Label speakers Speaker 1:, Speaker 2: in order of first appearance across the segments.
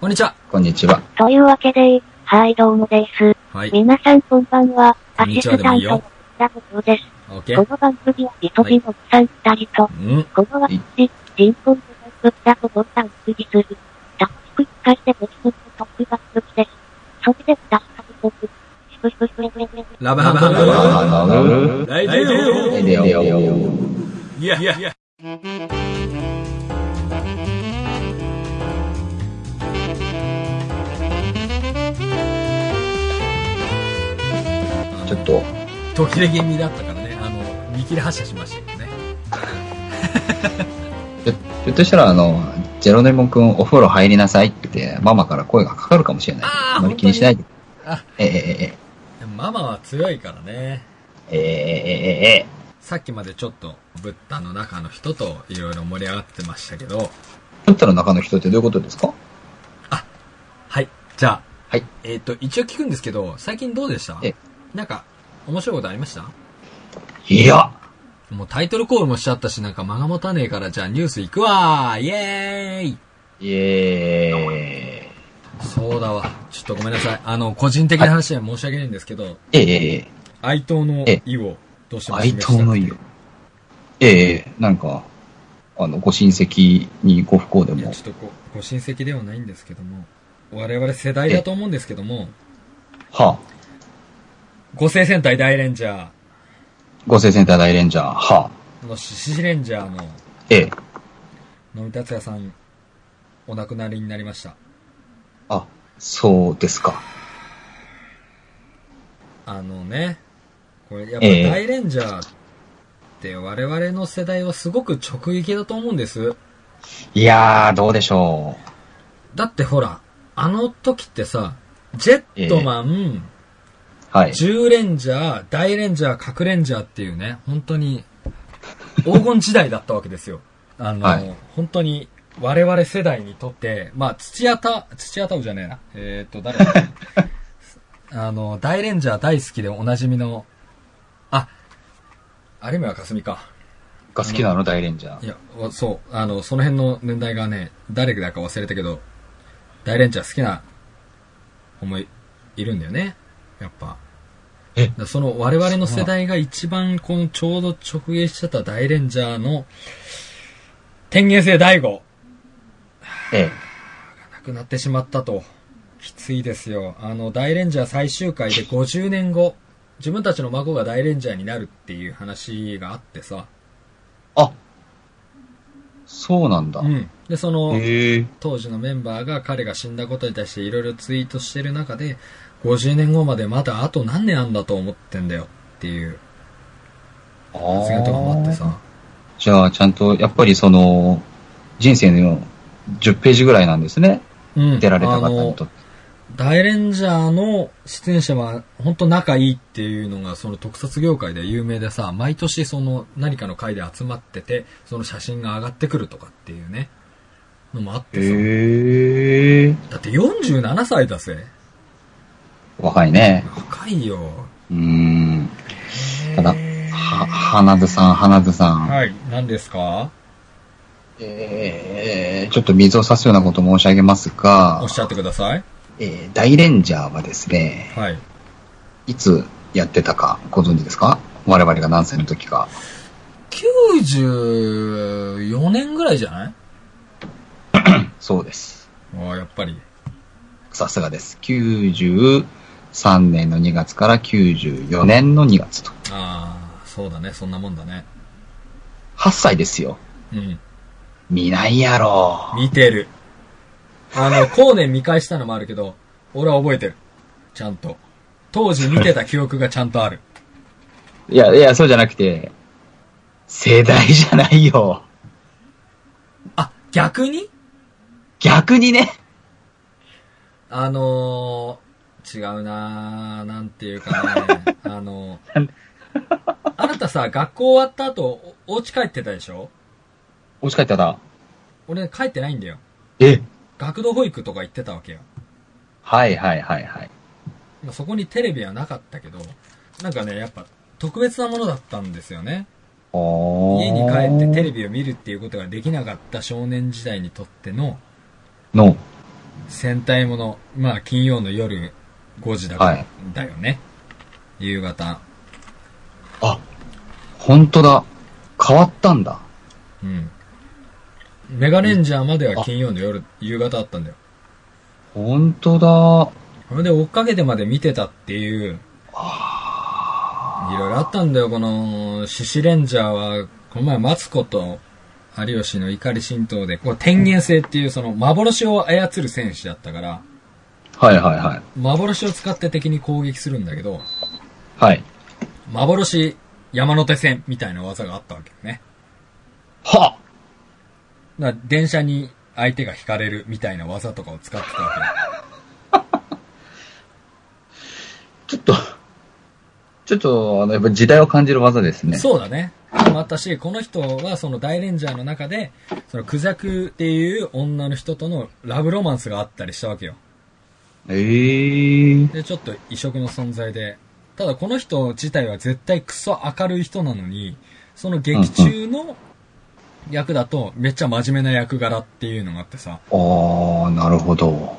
Speaker 1: こんにちは。
Speaker 2: こんにちは。
Speaker 3: というわけで、はい、どうもです。
Speaker 1: はい。
Speaker 3: 皆さんこんばんは、
Speaker 1: こ
Speaker 3: ア
Speaker 1: んに
Speaker 3: シ
Speaker 1: ちは
Speaker 3: スタン
Speaker 1: でもいいよ
Speaker 3: ト、ラボトです。
Speaker 1: オッケ
Speaker 3: こ
Speaker 1: ー。
Speaker 3: の番組は一人のおっさん二人と、
Speaker 1: うん。
Speaker 3: この私、人口のラボラボをお送りする、楽しく使って持ちの特番組です。それでは、確かに僕、しぶしぶしぶしぶしぶ
Speaker 1: ラブハブハブハブ。ライデオ
Speaker 2: レディオ。
Speaker 1: いやいやいや。
Speaker 2: ちょっと、
Speaker 1: 途切れ気味だったからね、あの、見切り発車しましたけどね。
Speaker 2: ひょっとしたら、あの、ジェロネモ君お風呂入りなさいって、ママから声がかかるかもしれない。
Speaker 1: あー
Speaker 2: あまり気にしないで
Speaker 1: 本。
Speaker 2: ええ
Speaker 1: でもママは強いからね。
Speaker 2: ええええええええええ
Speaker 1: さっきまでちょっと、ブッダの中の人といろいろ盛り上がってましたけど、
Speaker 2: だったら中の人ってどういうことですか
Speaker 1: はい。じゃあ、
Speaker 2: はい。
Speaker 1: えっ、と、一応聞くんですけど、最近どうでした
Speaker 2: え
Speaker 1: なんか、面白いことありました
Speaker 2: いや
Speaker 1: もうタイトルコールもしちゃったし、なんか間が持たねえから、じゃあニュース行くわーイエーイ
Speaker 2: イエーイ
Speaker 1: そうだわ。ちょっとごめんなさい。あの、個人的な話で申し訳ないんですけど、
Speaker 2: ええええ
Speaker 1: 哀悼の
Speaker 2: え
Speaker 1: 意をどうしても
Speaker 2: 哀
Speaker 1: 示したく
Speaker 2: 悼
Speaker 1: て
Speaker 2: の意を。ええええなんか、あの、ご親戚にご不幸で
Speaker 1: いや、
Speaker 2: も。
Speaker 1: ちょっとご、ご親戚ではないんですけども、我々世代だと思うんですけども、
Speaker 2: はあ、
Speaker 1: 五星戦隊大レンジャ
Speaker 2: ご生センター大レンジャー、はあ、
Speaker 1: ーの獅子レンジャーの
Speaker 2: ええ
Speaker 1: 野見達也さん、お亡くなりになりました。
Speaker 2: あ、そうですか。
Speaker 1: あのね、これやっぱ
Speaker 2: ええ
Speaker 1: 大レンジャーって我々の世代はすごく直撃だと思うんです。
Speaker 2: いやー、どうでしょう。
Speaker 1: だってほら、あの時ってさ、ジェットマン、
Speaker 2: はい。
Speaker 1: 10レンジャー、大レンジャー、核レンジャーっていうね、本当に、黄金時代だったわけですよ。あの、
Speaker 2: はい
Speaker 1: 本当に、我々世代にとって、まあ、土屋た、土屋太鳳じゃねえな。えーっと、誰だ あの、大レンジャー大好きでおなじみの、あ、有村架純か。
Speaker 2: が好きなの、大レンジャ
Speaker 1: い
Speaker 2: ー。
Speaker 1: や、おそう、あの、その辺の年代がね、誰だか忘れたけど、大レンジャー好きな、思い、いるんだよね。やっぱ。
Speaker 2: え
Speaker 1: だからその我々の世代が一番このちょうど直撃しちゃった大レンジャーの、天元星第五
Speaker 2: え
Speaker 1: 亡くなってしまったと。きついですよ。あの、大レンジャー最終回で50年後、自分たちの孫が大レンジャーになるっていう話があってさ。
Speaker 2: え。あ、そうなんだ
Speaker 1: う。ん。で、その、
Speaker 2: へえ。
Speaker 1: 当時のメンバーが彼が死んだことに対していろいろツイートしてる中で、50年後までまだあと何年あんだと思ってんだよっていう
Speaker 2: あ
Speaker 1: 発言とかもあってさ。
Speaker 2: じゃあ、ちゃんと、やっぱりその、人生の10ページぐらいなんですね。
Speaker 1: うん
Speaker 2: 出られた方
Speaker 1: あ
Speaker 2: に
Speaker 1: の
Speaker 2: とって。
Speaker 1: 大レンジャーの出演者は本当仲いいっていうのがその特撮業界で有名でさ、毎年その何かの会で集まってて、その写真が上がってくるとかっていうね、のもあってさ。
Speaker 2: へえ。
Speaker 1: だって47歳だぜ。
Speaker 2: 若いね。
Speaker 1: 若いよ。
Speaker 2: うーん。ただ、は、花津さん、花津さん。
Speaker 1: はい。何ですか
Speaker 2: えー、ちょっと水を差すようなこと申し上げますが
Speaker 1: おっ、しゃってください。
Speaker 2: えー、大レンジャーはですね、
Speaker 1: はい。
Speaker 2: いつやってたかご存知ですか我々が何歳の時か。
Speaker 1: 94年ぐらいじゃない
Speaker 2: そうです。
Speaker 1: ああ、やっぱり。
Speaker 2: さすがです。93年の2月から94年の2月と。
Speaker 1: ああ、そうだね。そんなもんだね。
Speaker 2: 8歳ですよ。
Speaker 1: うん。
Speaker 2: 見ないやろ。
Speaker 1: 見てる。あ の、後年見返したのもあるけど、俺は覚えてる。ちゃんと。当時見てた記憶がちゃんとある。
Speaker 2: いや、いや、そうじゃなくて、世代じゃないよ。
Speaker 1: あ、逆に
Speaker 2: 逆にね。
Speaker 1: あのー、違うなーなんていうか ね。あのー、あなたさ、学校終わった後、おお家帰ってたでしょ
Speaker 2: 押し帰ったら、
Speaker 1: 俺ね帰ってないんだよ。
Speaker 2: え
Speaker 1: 学童保育とか行ってたわけよ。
Speaker 2: はいはいはいはい。
Speaker 1: まあそこにテレビはなかったけど、なんかね、やっぱ特別なものだったんですよね。
Speaker 2: お
Speaker 1: 家に帰ってテ
Speaker 2: レ
Speaker 1: レビを見るっていうことができなかった少年時代にとっての
Speaker 2: ビの、
Speaker 1: 戦隊もの、まあ金曜の夜5時だから、
Speaker 2: はい
Speaker 1: だよね。夕方。
Speaker 2: あ、本当だ。変わったんだ。
Speaker 1: うん。メガレンジャーまでは金曜の夜、夕方だったんだよ。
Speaker 2: 本当だ。
Speaker 1: それで追っかけてまで見てたっていう、いろいろあったんだよ、この、獅子レンジャーは、この前、マツコと有吉の怒り神道で、こう天元星っていうその幻を操る戦士だったから、
Speaker 2: はいはいはい。
Speaker 1: 幻を使って敵に攻撃するんだけど、
Speaker 2: はい。
Speaker 1: 幻山手線みたいな技があったわけよね。
Speaker 2: は
Speaker 1: だから電車に相手が引かれるみたいな技とかを使ってたわけよ。
Speaker 2: ちょっと、ちょっと、あの、やっぱ時代を感じる技ですね。
Speaker 1: そうだね。でもあったし、この人はその大レンジャーの中で、そのクジャクっていう女の人とのラブロマンスがあったりしたわけよ。
Speaker 2: ええー。
Speaker 1: で、ちょっと異色の存在で。ただこの人自体は絶対クソ明るい人なのに、その劇中の役だとめっちゃ真面目な役柄っていうのがあってさ、
Speaker 2: ああ、なるほど。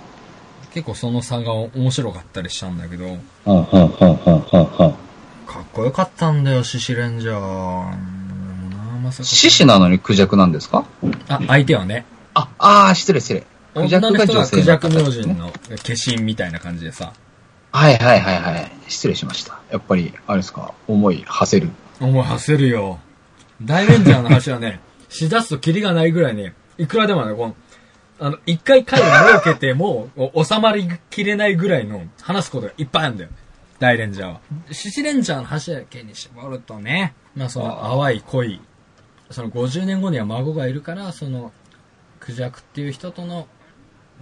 Speaker 1: 結構その差が面白かったりしたんだけど、
Speaker 2: うん、うん、うん、うん、うん、うん。
Speaker 1: かっこよかったんだよ、獅子レンジャー。うんでもなまさか
Speaker 2: 獅子なのにクジャクなんですか
Speaker 1: あ、相手はね。
Speaker 2: あ、ああ、失礼失礼。クジャ
Speaker 1: 女
Speaker 2: ク
Speaker 1: の
Speaker 2: が
Speaker 1: 人
Speaker 2: 女
Speaker 1: は
Speaker 2: 性
Speaker 1: クジャク明
Speaker 2: です
Speaker 1: 神の化身みたいな感じでさ、
Speaker 2: はいはいはいはい。失礼しました。やっぱり、あれですか、思い、馳せる。
Speaker 1: 思い馳せるよ。大レンジャーの話はね、しだすとキリがないぐらいね、いくらでもね、この、あの、一回回を設けても、お収まりきれないぐらいの話すことがいっぱいあるんだよね。大レンジャーは。シシレンジャーの話だけに絞るとね、まあその淡い恋、その50年後には孫がいるから、その、クジャクっていう人との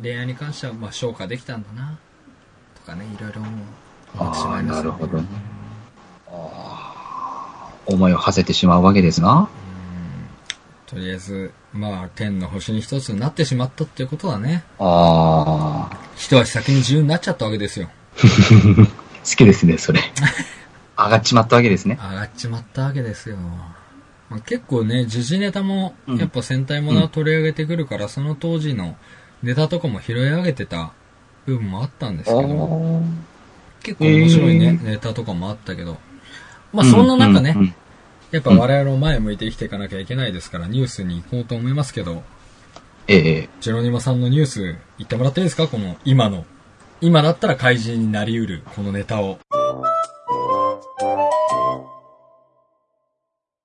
Speaker 1: 恋愛に関しては、まあ消化できたんだな、とかね、いろいろ思う。思ってしまいますよね
Speaker 2: ね。ああ、思いを馳せてしまうわけですな。
Speaker 1: とりあえず、まあ、天の星に一つになってしまったっていうことはね、
Speaker 2: ああ、
Speaker 1: 一足先に自由になっちゃったわけですよ。
Speaker 2: 好きですね、 それ。上がっちまったわけですね
Speaker 1: 上。がっちまったわけですよ。まあ、結構ね、時事ネタも、やっぱ戦隊ものは取り上げてくるから、その当時のネタとかも拾い上げてた部分もあったんですけど、結構面白いね、ネタとかもあったけど、まあ、そんな中ね、
Speaker 2: ううん
Speaker 1: やっぱ我々も前向いて生きていかなきゃいけないですから、ニュースに行こうと思いますけど、
Speaker 2: ええ
Speaker 1: ジェロニマさんのニュース言ってもらっていいですかこの今の。今だったら怪人になりうるこのネタを。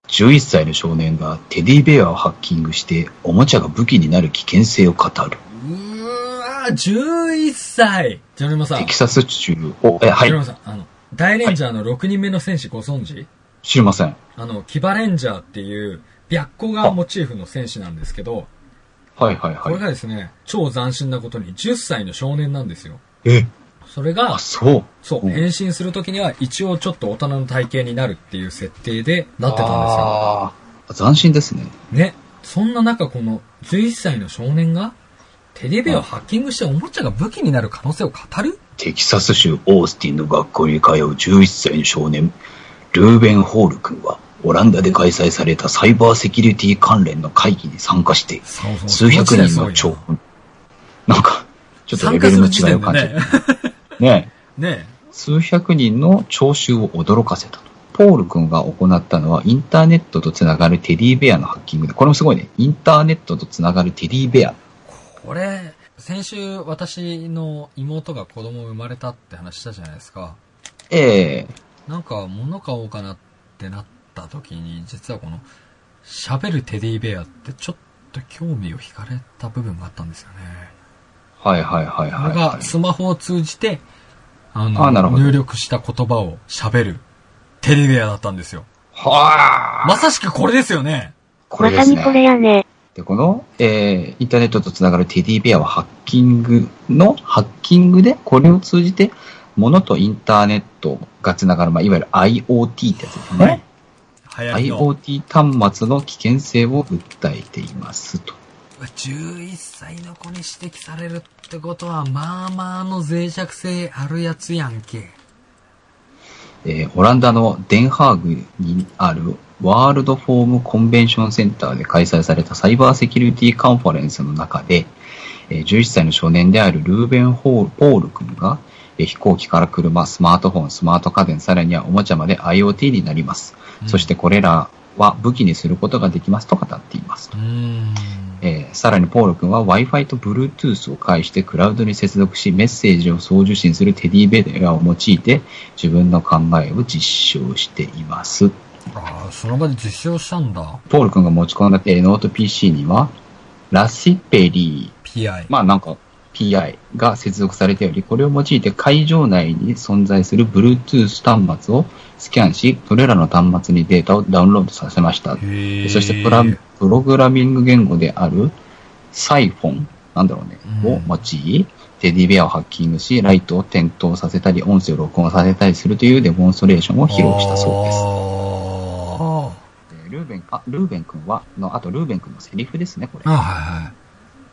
Speaker 2: 11歳の少年がテディベアをハッキングして、おもちゃが武器になる危険性を語る。
Speaker 1: うーわー、11歳ジェロニマさん。
Speaker 2: テ
Speaker 1: ジ
Speaker 2: キサス州を、え、は
Speaker 1: ェロニマ、
Speaker 2: い
Speaker 1: さん、あの、大レンジャーの6人目の戦士ご存知、
Speaker 2: 知りません。
Speaker 1: あの、キバレンジャーっていう、白虎がモチーフの戦士なんですけど、
Speaker 2: はいはい
Speaker 1: これ
Speaker 2: は
Speaker 1: がですね、超斬新なことに10歳の少年なんですよ。
Speaker 2: い。え、
Speaker 1: それが
Speaker 2: あ、、そう。
Speaker 1: そう、
Speaker 2: うん
Speaker 1: 変身するときには一応ちょっと大人の体型になるっていう設定でなってたんですよ。
Speaker 2: あー斬新ですね。
Speaker 1: ね、そんな中この11歳の少年が、テレビをハッキングしておもちゃが武器になる可能性を語る
Speaker 2: テキサス州オースティンの学校に通う11歳の少年、ルーベン・ホール君は、オランダで開催されたサイバーセキュリティ関連の会議に参加して、
Speaker 1: そうそう
Speaker 2: 数百人の超、なんか、ちょっとレ
Speaker 1: 参
Speaker 2: ベ
Speaker 1: 加
Speaker 2: ル
Speaker 1: す
Speaker 2: の
Speaker 1: る時
Speaker 2: 違い
Speaker 1: 点
Speaker 2: を
Speaker 1: で
Speaker 2: 感じる。
Speaker 1: ね
Speaker 2: ね。ね
Speaker 1: ね
Speaker 2: 数百人の聴衆を驚かせたと。ポール君が行ったのは、インターネットとつながるテディベアのハッキングで、これもすごいね。インターネットとつながるテディベア。
Speaker 1: これ、先週私の妹が子供生まれたって話したじゃないですか。
Speaker 2: ええ
Speaker 1: なんか物買おうかなってなった時に、実はこの、喋るテディベアってちょっと興味を惹かれた部分があったんですよね。
Speaker 2: はいはいはい
Speaker 1: こ
Speaker 2: は
Speaker 1: れ
Speaker 2: い、は
Speaker 1: が
Speaker 2: い。
Speaker 1: スマホを通じて、あ
Speaker 2: あなる
Speaker 1: の、
Speaker 2: ほど
Speaker 1: 入力した言葉を喋るテレビアだったんですよ。
Speaker 2: はあ、
Speaker 1: まさしくこれですよね。
Speaker 2: こ
Speaker 3: ま
Speaker 2: れで
Speaker 3: さ
Speaker 2: す
Speaker 3: にこれ
Speaker 2: ね。
Speaker 3: やね。
Speaker 2: で、この、えー、インターネットとつながるテディベアはハッキングの、ハッキングで、これを通じて、物とインターネットがつながる、まあ、いわゆる IoT ってやつですね。
Speaker 1: 流行りの。
Speaker 2: IoT 端末の危険性を訴えていますと。
Speaker 1: 11歳の子に指摘されるってことは、まあまあの脆弱性あるやつやんけ。
Speaker 2: えーオランダのデンハーグにあるワールドフォームコンベンションセンターで開催されたサイバーセキュリティカンファレンスの中で、えー11歳の少年であるルーベン・ホールポール君が、えー飛行機から車、スマートフォン、スマート家電、さらにはおもちゃまで IoT になります。
Speaker 1: うん
Speaker 2: そしてこれらは武器にすることができますと語っています
Speaker 1: う。ん。
Speaker 2: えーさらにポール君は Wi-Fi と Bluetooth を介してクラウドに接続しメッセージを送受信するテディベアを用いて自分の考えを実証しています。
Speaker 1: ああ、その場で実証したんだ。
Speaker 2: ポール君が持ち込んだ、えーノート PC にはラシペリー、
Speaker 1: PI。
Speaker 2: まあなんか PI が接続されており、これを用いて会場内に存在する Bluetooth 端末をスキャンし、それらの端末にデータをダウンロードさせました。
Speaker 1: へえ。
Speaker 2: そしてプラプログラミング言語であるサイフォン、なんだろうね、
Speaker 1: うん
Speaker 2: を用い、テディベアをハッキングし、ライトを点灯させたり、音声を録音させたりするというデモンストレーションを披露したそう
Speaker 1: うで
Speaker 2: です。
Speaker 1: す。
Speaker 2: でルーベン、あ、ルーベン君は、の、あとルーベン君のセリフですね、これ
Speaker 1: あ。あ、はいはい。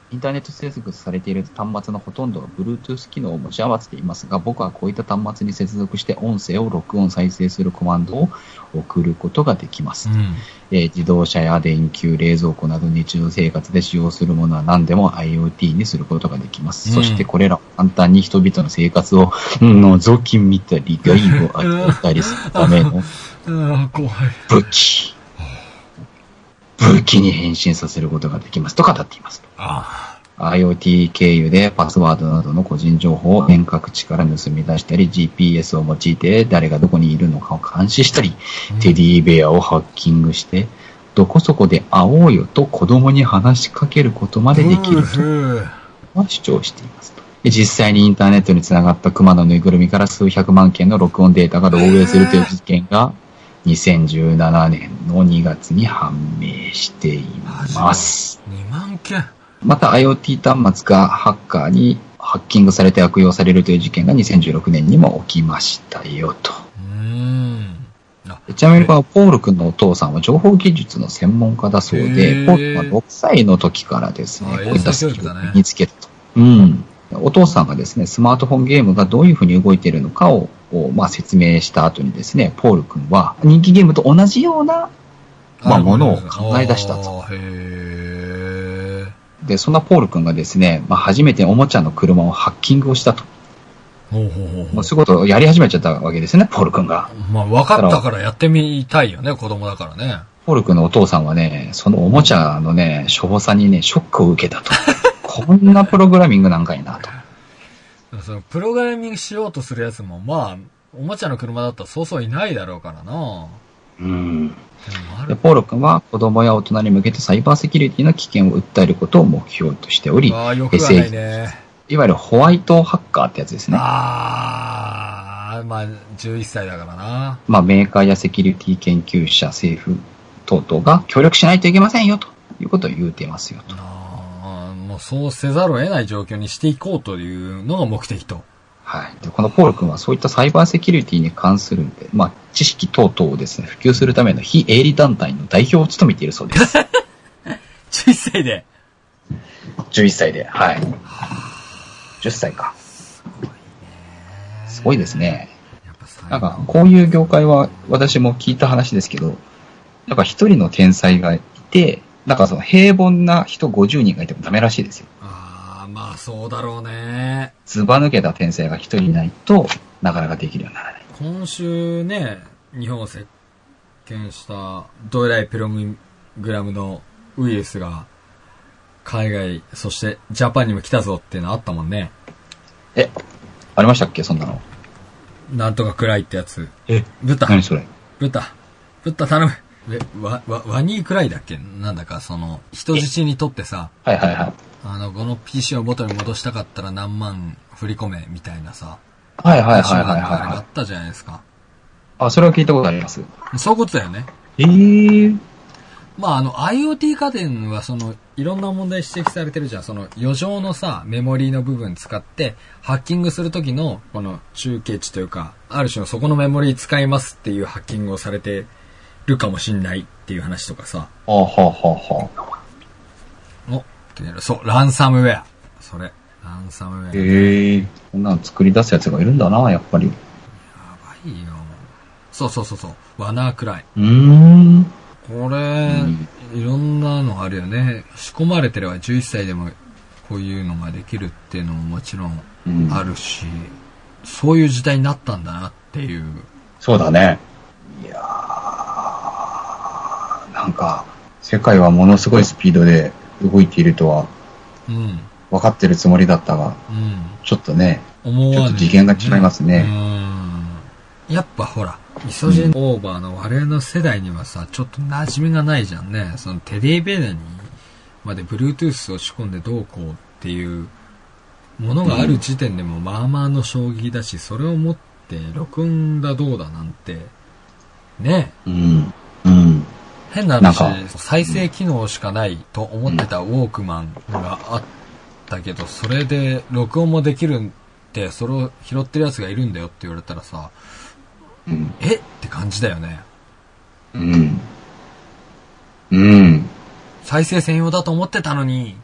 Speaker 2: インターネット接続されている端末のほとんどは Bluetooth 機能を持ち合わせていますが、僕はこういった端末に接続して音声を録音再生するコマンドを送ることができます。
Speaker 1: うん。
Speaker 2: えー自動車や電球、冷蔵庫など日常生活で使用するものは何でも IoT にすることができます。
Speaker 1: うん
Speaker 2: そしてこれらを簡単に人々の生活 をうん覗き見たり、害を与えたりするための
Speaker 1: うん、怖い。
Speaker 2: 武 器。武器に変身させることができますと語っています。
Speaker 1: あ
Speaker 2: IoT 経由でパスワードなどの個人情報を遠隔地から盗み出したり、GPS を用いて誰がどこにいるのかを監視したり、テディベアをハッキングして、どこそこで会おうよと子供に話しかけることま
Speaker 1: あ
Speaker 2: でできる
Speaker 1: る。
Speaker 2: とは主張していますと。で実際にインターネットにつながった熊のぬいぐるみから数百万件の録音データが漏洩するという事件が、2017年の2月に判明しています。
Speaker 1: 2万件。
Speaker 2: また IoT 端末がハッカーにハッキングされて悪用されるという事件が2016年にも起きましたよと。
Speaker 1: うーん。あ
Speaker 2: ちなみにこのポール君のお父さんは情報技術の専門家だそう
Speaker 1: へー
Speaker 2: で、ポール君は6歳の時からですね
Speaker 1: あ、
Speaker 2: こういったス
Speaker 1: 英才
Speaker 2: キ
Speaker 1: 教育
Speaker 2: ル
Speaker 1: だ
Speaker 2: を
Speaker 1: ね
Speaker 2: 身につけたと。うん。お父さんがですね、スマートフォンゲームがどういうふうに動いているのかを、こうまあ、説明した後にですね、ポール君は人気ゲームと同じようなまあ物を考え出したと
Speaker 1: あーへえ。
Speaker 2: で、そんなポール君がですね、まあ、初めておもちゃの車をハッキングをしたと。
Speaker 1: ほうほうほうほ
Speaker 2: もうそういうことをやり始めちゃったわけですね、ポール君が。
Speaker 1: う。まあ、分かったからやってみたいよね、子供だからね。
Speaker 2: ポール君のお父さんはね、そのおもちゃのね、しょぼさにね、ショックを受けた と。こんなプログラミングなんかいなと。
Speaker 1: その、プログラミングしようとするやつも、まあ、おもちゃの車だったらそうそういないだろうからな。でも
Speaker 2: うん。
Speaker 1: あ
Speaker 2: で、
Speaker 1: る
Speaker 2: ポール君は子供や大人に向けてサイバーセキュリティの危険を訴えることを目標としており、
Speaker 1: わあ、よくはないね。
Speaker 2: いわゆるホワイトハッカーってやつですね。
Speaker 1: ああ、まあ、11歳だからな。
Speaker 2: まあ、メーカーやセキュリティ研究者、政府等々が協力しないといけませんよ、ということを言うてますよ、と。
Speaker 1: あーもうそうせざるを得ない状況にしていこうというのが目的と。
Speaker 2: はい。でこのポール君はそういったサイバーセキュリティに関する、まあ、知識等々をですね、普及するための非営利団体の代表を務めているそう です。
Speaker 1: 11歳で。
Speaker 2: 11歳で。はい。10歳か。すごいですね。
Speaker 1: やっぱ最
Speaker 2: なんか、こういう業界は私も聞いた話ですけど、なんか一人の天才がいて、なんかその平凡な人50人がいてもダメらしいですよ。
Speaker 1: ああ、まあそうだろうね。
Speaker 2: ずば抜けた天才が一人いないと、なかなかできるようにならない。
Speaker 1: 今週ね、日本を席巻したドイライプログラムのウイルスが海外、そしてジャパンにも来たぞっていうのあったもんね。
Speaker 2: え、ありましたっけそんなの。
Speaker 1: なんとか暗いってやつ。
Speaker 2: え
Speaker 1: ブタ、
Speaker 2: 何それ
Speaker 1: ブタ、ブタ頼む。え、わ、わ、ワニーくらいだっけなんだか、その、人質にとってさ、
Speaker 2: はいはいはい。
Speaker 1: あの、この PC を元に戻したかったら何万振り込め、みたいなさ、
Speaker 2: はいはい
Speaker 1: 手
Speaker 2: はいは
Speaker 1: 段
Speaker 2: い
Speaker 1: があ
Speaker 2: は
Speaker 1: れ
Speaker 2: い
Speaker 1: があ。ったじゃないですか。
Speaker 2: あ、それは聞いたことあります。
Speaker 1: そういうことだよね。
Speaker 2: ええー。
Speaker 1: まあ、あの、IoT 家電は、その、いろんな問題指摘されてるじゃん。その、余剰のさ、メモリーの部分使って、ハッキングするときの、この、中継値というか、ある種のそこのメモリー使いますっていうハッキングをされてるかもしんないっていう話とかさ。
Speaker 2: はあ、はあはあはあ、
Speaker 1: お、気になるそう、ランサムウェア。それ、ランサムウェア。や
Speaker 2: ええー。こんなの作り出すやつがいるんだな、やっぱり。
Speaker 1: ばいよ。そうそうそうそう、ワナークライ。
Speaker 2: うーん。
Speaker 1: これ
Speaker 2: うん、
Speaker 1: いろんなのあるよね。仕込まれてれば11歳でもこういうのができるっていうのももちろん
Speaker 2: うん
Speaker 1: あるし、そういう時代になったんだなっていう。
Speaker 2: そうだね。いやーなんか、世界はものすごいスピードで動いているとは
Speaker 1: うん。
Speaker 2: 分かってるつもりだったが、
Speaker 1: うん。
Speaker 2: ちょっとね、
Speaker 1: 思わぬ
Speaker 2: ちょっと次元が違いますね
Speaker 1: うん。やっぱほら、イソジンオーバーの我々の世代にはさ、ちょっと馴染みがないじゃんね。そのテディベーダにまで Bluetooth を仕込んでどうこうっていうものがある時点でもまあまあの衝撃だし、それを持って録音だどうだなんて、ね
Speaker 2: うん、うん、
Speaker 1: 変な話
Speaker 2: なん、
Speaker 1: 再生機能しかないと思ってたウォークマンがあったけど、それで録音もできるんで、それを拾ってるやつがいるんだよって言われたらさ、
Speaker 2: うん、
Speaker 1: えって感じだよね。
Speaker 2: うん、うん、
Speaker 1: 再生専用だと思ってたのに、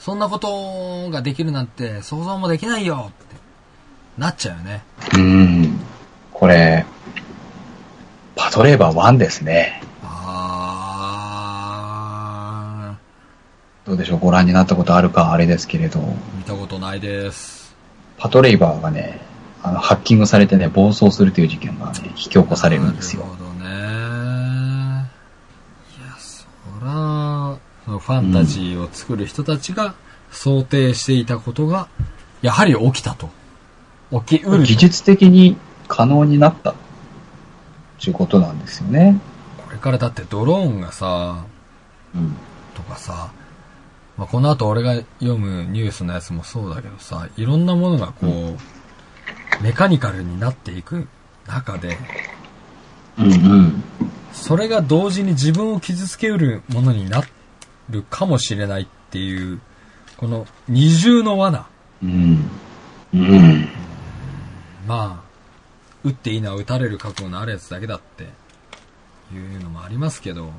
Speaker 1: そんなことができるなんて想像もできないよってなっちゃうよね。
Speaker 2: うん。これ、パトレーバー1ですね。
Speaker 1: あ
Speaker 2: どうでしょうご覧になったことあるかあれですけれど、
Speaker 1: ー、見たことないです。
Speaker 2: パトレーバーがね、あの、ハッキングされてね、暴走するという事件がね、引き起こされるんですよ
Speaker 1: な。るほどね。いや、そら、そのファンタジーを作る人たちが想定していたことが、やはり起きたと。起きうると。
Speaker 2: 技術的に可能になったっていうことなんですよね。
Speaker 1: これからだってドローンがさ、
Speaker 2: うん。
Speaker 1: とかさ、まあ、この後俺が読むニュースのやつもそうだけどさ、いろんなものがこう、メカニカルになっていく中で、
Speaker 2: うんうん。
Speaker 1: それが同時に自分を傷つけうるものになるかもしれないっていう、この二重の罠。
Speaker 2: うん。うん。
Speaker 1: まあ、打っていいのは打たれる覚悟のあるやつだけだっていうのもありますけど、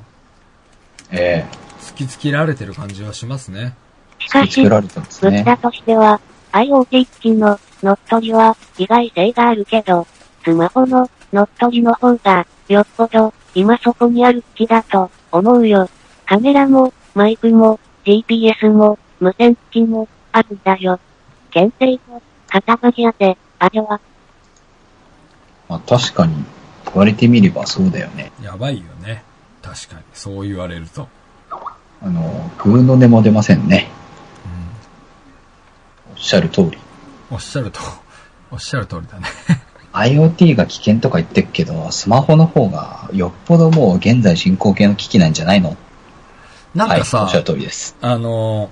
Speaker 2: ええ
Speaker 1: 突きつけられてる感じはしますね。
Speaker 3: しかし
Speaker 2: 作、られたんです
Speaker 3: 武器
Speaker 2: ね。
Speaker 3: だとしては、IoT 機器の乗っ取りは意外性があるけど、スマホの乗っ取りの方が、よっぽど今そこにある機器だと思うよ。カメラも、マイクも、GPS も、無線機器もあるんだよ。検定も、片バリアで、あれは、
Speaker 2: まあ確かに、言われてみればそうだよね。
Speaker 1: やばいよね。確かに、そう言われると。
Speaker 2: あの、グーの音も出ませんね。
Speaker 1: う
Speaker 2: おっしゃる通り。
Speaker 1: ん。おっしゃると、 おっしゃる通りだね。
Speaker 2: IoT が危険とか言ってるけど、スマホの方がよっぽどもう現在進行形の機器なんじゃないの
Speaker 1: なんか
Speaker 2: は
Speaker 1: さ、
Speaker 2: い、おっしゃる通りです。
Speaker 1: あの、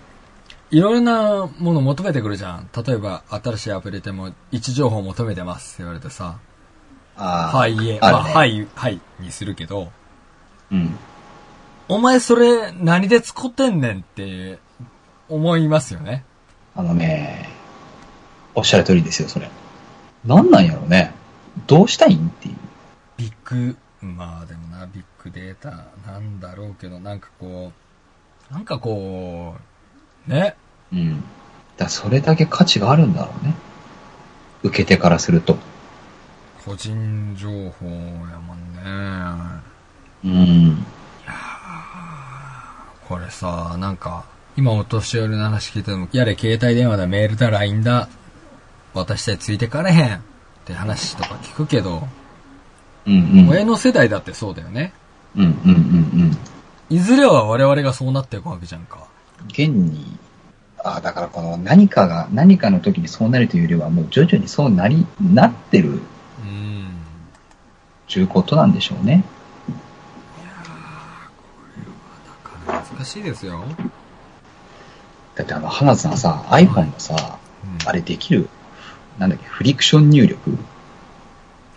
Speaker 1: いろいろなもの求めてくるじゃん。例えば、新しいアプリでも位置情報求めてますって言われてさ、
Speaker 2: ああ。
Speaker 1: はい、いえ、ま
Speaker 2: ある
Speaker 1: あ、
Speaker 2: ね
Speaker 1: はい、はい、にするけど、
Speaker 2: うん。
Speaker 1: お前それ何で使ってんねんって思いますよね。
Speaker 2: あのね、おっしゃる通りですよ、それ。なんなんやろうね。どうしたいんっていう。
Speaker 1: ビッグ、まあでもな、ビッグデータなんだろうけど、なんかこう、なんかこう、ね、
Speaker 2: うん。だそれだけ価値があるんだろうね。受け手からすると。
Speaker 1: 個人情報やもんね。
Speaker 2: うん。
Speaker 1: これさ、なんか、今お年寄りの話聞いても、やれ携帯電話だ、メールだ、LINE だ、私たちついてかれへんって話とか聞くけど、
Speaker 2: うんうん。
Speaker 1: 親の世代だってそうだよね。
Speaker 2: うんうんうんうん。
Speaker 1: いずれは我々がそうなっていくわけじゃんか。
Speaker 2: 現に、あだからこの何かが、何かの時にそうなるというよりは、もう徐々にそうなり、なってる
Speaker 1: うん。
Speaker 2: ちゅうことなんでしょうね。
Speaker 1: 難しいですよ。
Speaker 2: だってあの、花さんさ、iPhone のさ、
Speaker 1: うん
Speaker 2: あれできる、なんだっけ、フリクション入力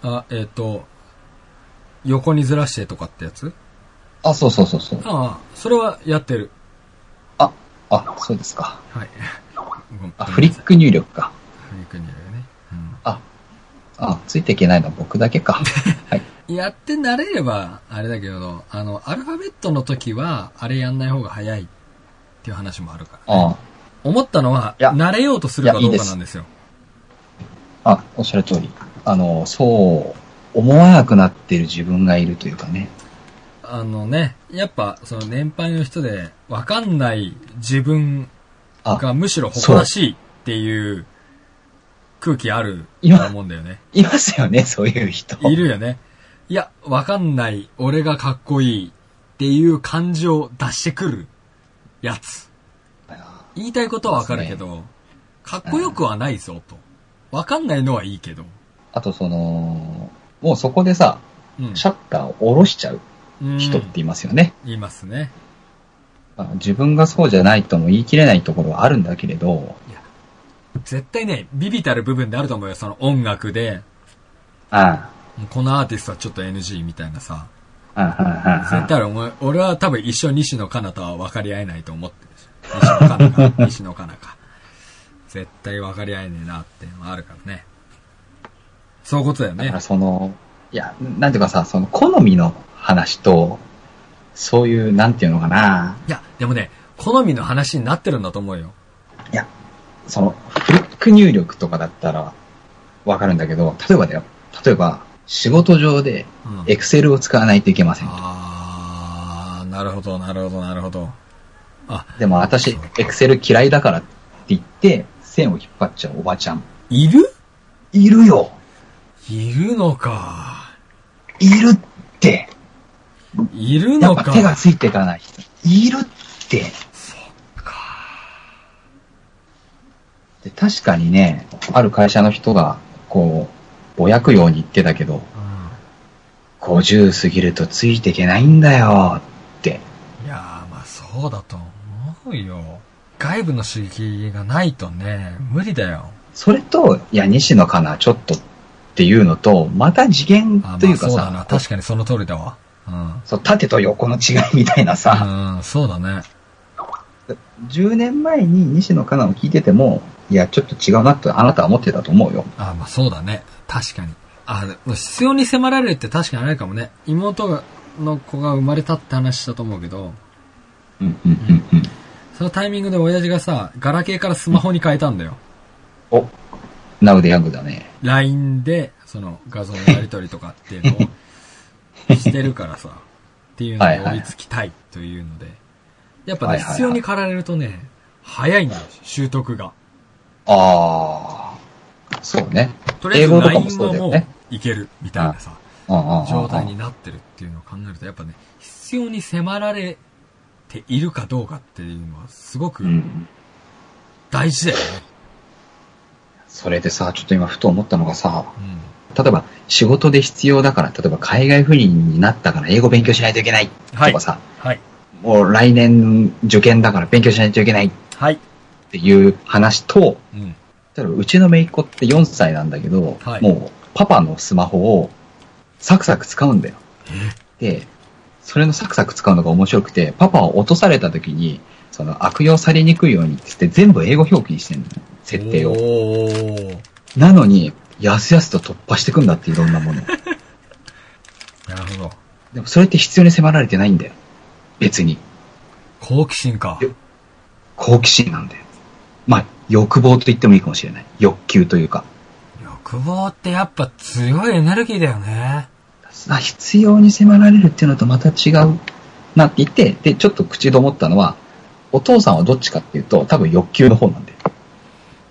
Speaker 1: あ、えっ、と、横にずらしてとかってやつ
Speaker 2: あ、そうそうそうそう。
Speaker 1: ああ、それはやってる。
Speaker 2: あ、あ、そうですか。
Speaker 1: はい。 ごめん
Speaker 2: あ、フリッ。ク入力か。
Speaker 1: フリックにやるよね。うん
Speaker 2: あ、ついていけないのは僕だけか。
Speaker 1: やって慣れれば、あれだけど、あの、アルファベットの時は、あれやんない方が早いっていう話もあるから。
Speaker 2: あ
Speaker 1: 思ったのは、
Speaker 2: いや
Speaker 1: 慣れようとするか
Speaker 2: いや
Speaker 1: ど
Speaker 2: いういで
Speaker 1: か
Speaker 2: す
Speaker 1: なんですよ。
Speaker 2: あ、おっしゃる通り。あの、そう、思わなくなってる自分がいるというかね。
Speaker 1: あのね、やっぱ、その年配の人で、わかんない自分
Speaker 2: あ
Speaker 1: がむしろ誇らしいっていう空気あると思うんだよね。
Speaker 2: いますよね、 そういう人。
Speaker 1: いるよね。いや、わかんない。俺がかっこいいっていう感情を出してくるやつ。言いたいことはわかるけど、かっこよくはないぞと。わかんないのはいいけど。
Speaker 2: あとその、もうそこでさ、
Speaker 1: うん。
Speaker 2: シャッターを下ろしちゃう人っていますよね。
Speaker 1: うんいますね。
Speaker 2: まあ自分がそうじゃないとも言い切れないところはあるんだけれど、
Speaker 1: 絶対ね、ビビたる部分であると思うよ。その音楽で、
Speaker 2: あ
Speaker 1: もうこのアーティストはちょっと NG みたいなさ。
Speaker 2: あ、ああ、あ
Speaker 1: 絶
Speaker 2: あ、ああ、
Speaker 1: 対お前、俺は多分一生西野カナとは分かり合えないと思ってるし。西野カナか、西野カナ か。絶対分かり合えねえなっていうのはあるからね。そういうことだよ
Speaker 2: だか
Speaker 1: ね
Speaker 2: ら。その、いや、なんていうかさ、その好みの話と、そういう、なんていうのかな、
Speaker 1: いや、でもね、好みの話になってるんだと思うよ。
Speaker 2: その、フリック入力とかだったら、わかるんだけど、例えばだよ。例えば、仕事上で、
Speaker 1: うん。
Speaker 2: エクセルを使わないといけません。
Speaker 1: あー、なるほど、なるほど、なるほど。あ、
Speaker 2: でも私、エクセル嫌いだからって言って、線を引っ張っちゃうおばちゃん。
Speaker 1: いる
Speaker 2: いるよ
Speaker 1: いるのか。
Speaker 2: いるって
Speaker 1: いる
Speaker 2: や
Speaker 1: の
Speaker 2: っぱ手が
Speaker 1: か。
Speaker 2: ついていかない人。いるってで確かにね、ある会社の人が、こう、ぼやくように言ってたけど、
Speaker 1: うん
Speaker 2: 50過ぎるとついていけないんだよって。
Speaker 1: いやー、まあそうだと思うよ。外部の刺激がないとね、無理だよ。
Speaker 2: それと、いや、西野かな、ちょっとっていうのと、また次元
Speaker 1: あ
Speaker 2: というか
Speaker 1: まあ、そう
Speaker 2: さ、
Speaker 1: だな。確かにその通りだわ。うん。
Speaker 2: そう縦と横の違いみたいなさ、
Speaker 1: うん、そうだね。
Speaker 2: 10年前に西野カナを聞いてても、いや、ちょっと違うなとあなたは思ってたと思うよ。
Speaker 1: あまあそうだね。確かに。あ必要に迫られるって確かにあれかもね。妹が、の子が生まれたって話だと思うけど、
Speaker 2: うんうんうんうん。
Speaker 1: そのタイミングで親父がさ、ガラケーからスマホに変えたんだよ。
Speaker 2: お、ナウでヤングだね。
Speaker 1: LINE で、その画像のやり取りとかっていうの をしてるからさ、っていうのに追いつきたいというので。やっぱ
Speaker 2: は
Speaker 1: ね、
Speaker 2: いはいはい
Speaker 1: 必要に駆られるとね、早いんだよ、習得が。
Speaker 2: ああ、そうね。
Speaker 1: とりあえず
Speaker 2: 英語とかも
Speaker 1: LINE
Speaker 2: そう
Speaker 1: は
Speaker 2: だよ
Speaker 1: も
Speaker 2: ね
Speaker 1: ういける、みたいなさ。状
Speaker 2: 状
Speaker 1: 態に。なってるっていうのを考えると、やっぱね、必要に迫られているかどうかっていうのは、すごく
Speaker 2: うん。
Speaker 1: 大事だよね。
Speaker 2: それでさ、ちょっと今ふと思ったのがさ、
Speaker 1: うん。
Speaker 2: 例えば仕事で必要だから、例えば海外赴任になったから英語勉強しないといけないと
Speaker 1: はい
Speaker 2: かさ、
Speaker 1: はい。
Speaker 2: もう来年受験だから勉強しないといけないっ
Speaker 1: はい。
Speaker 2: ていう話と、
Speaker 1: うん。
Speaker 2: 例えばうちの姪っ子って4歳なんだけど、
Speaker 1: はい
Speaker 2: もうパパのスマホをサクサク使うんだよ。で、それのサクサク使うのが面白くて、パパを落とされた時に、その悪用されにくいようにって言って全部英語表記にしてんのよ。設定を。
Speaker 1: おー
Speaker 2: なのに、やすやすと突破してくんだっていろんなもの。
Speaker 1: なるほど。
Speaker 2: でもそれって必要に迫られてないんだよ。別に。
Speaker 1: 好奇心か。
Speaker 2: よ好奇心なんだよ。まあ、欲望と言ってもいいかもしれない。欲求というか。
Speaker 1: 欲望ってやっぱ強いエネルギーだよね。
Speaker 2: あ必要に迫られるっていうのとまた違うなって言って、で、ちょっと口で思ったのは、お父さんはどっちかっていうと、多分欲求の方なんで、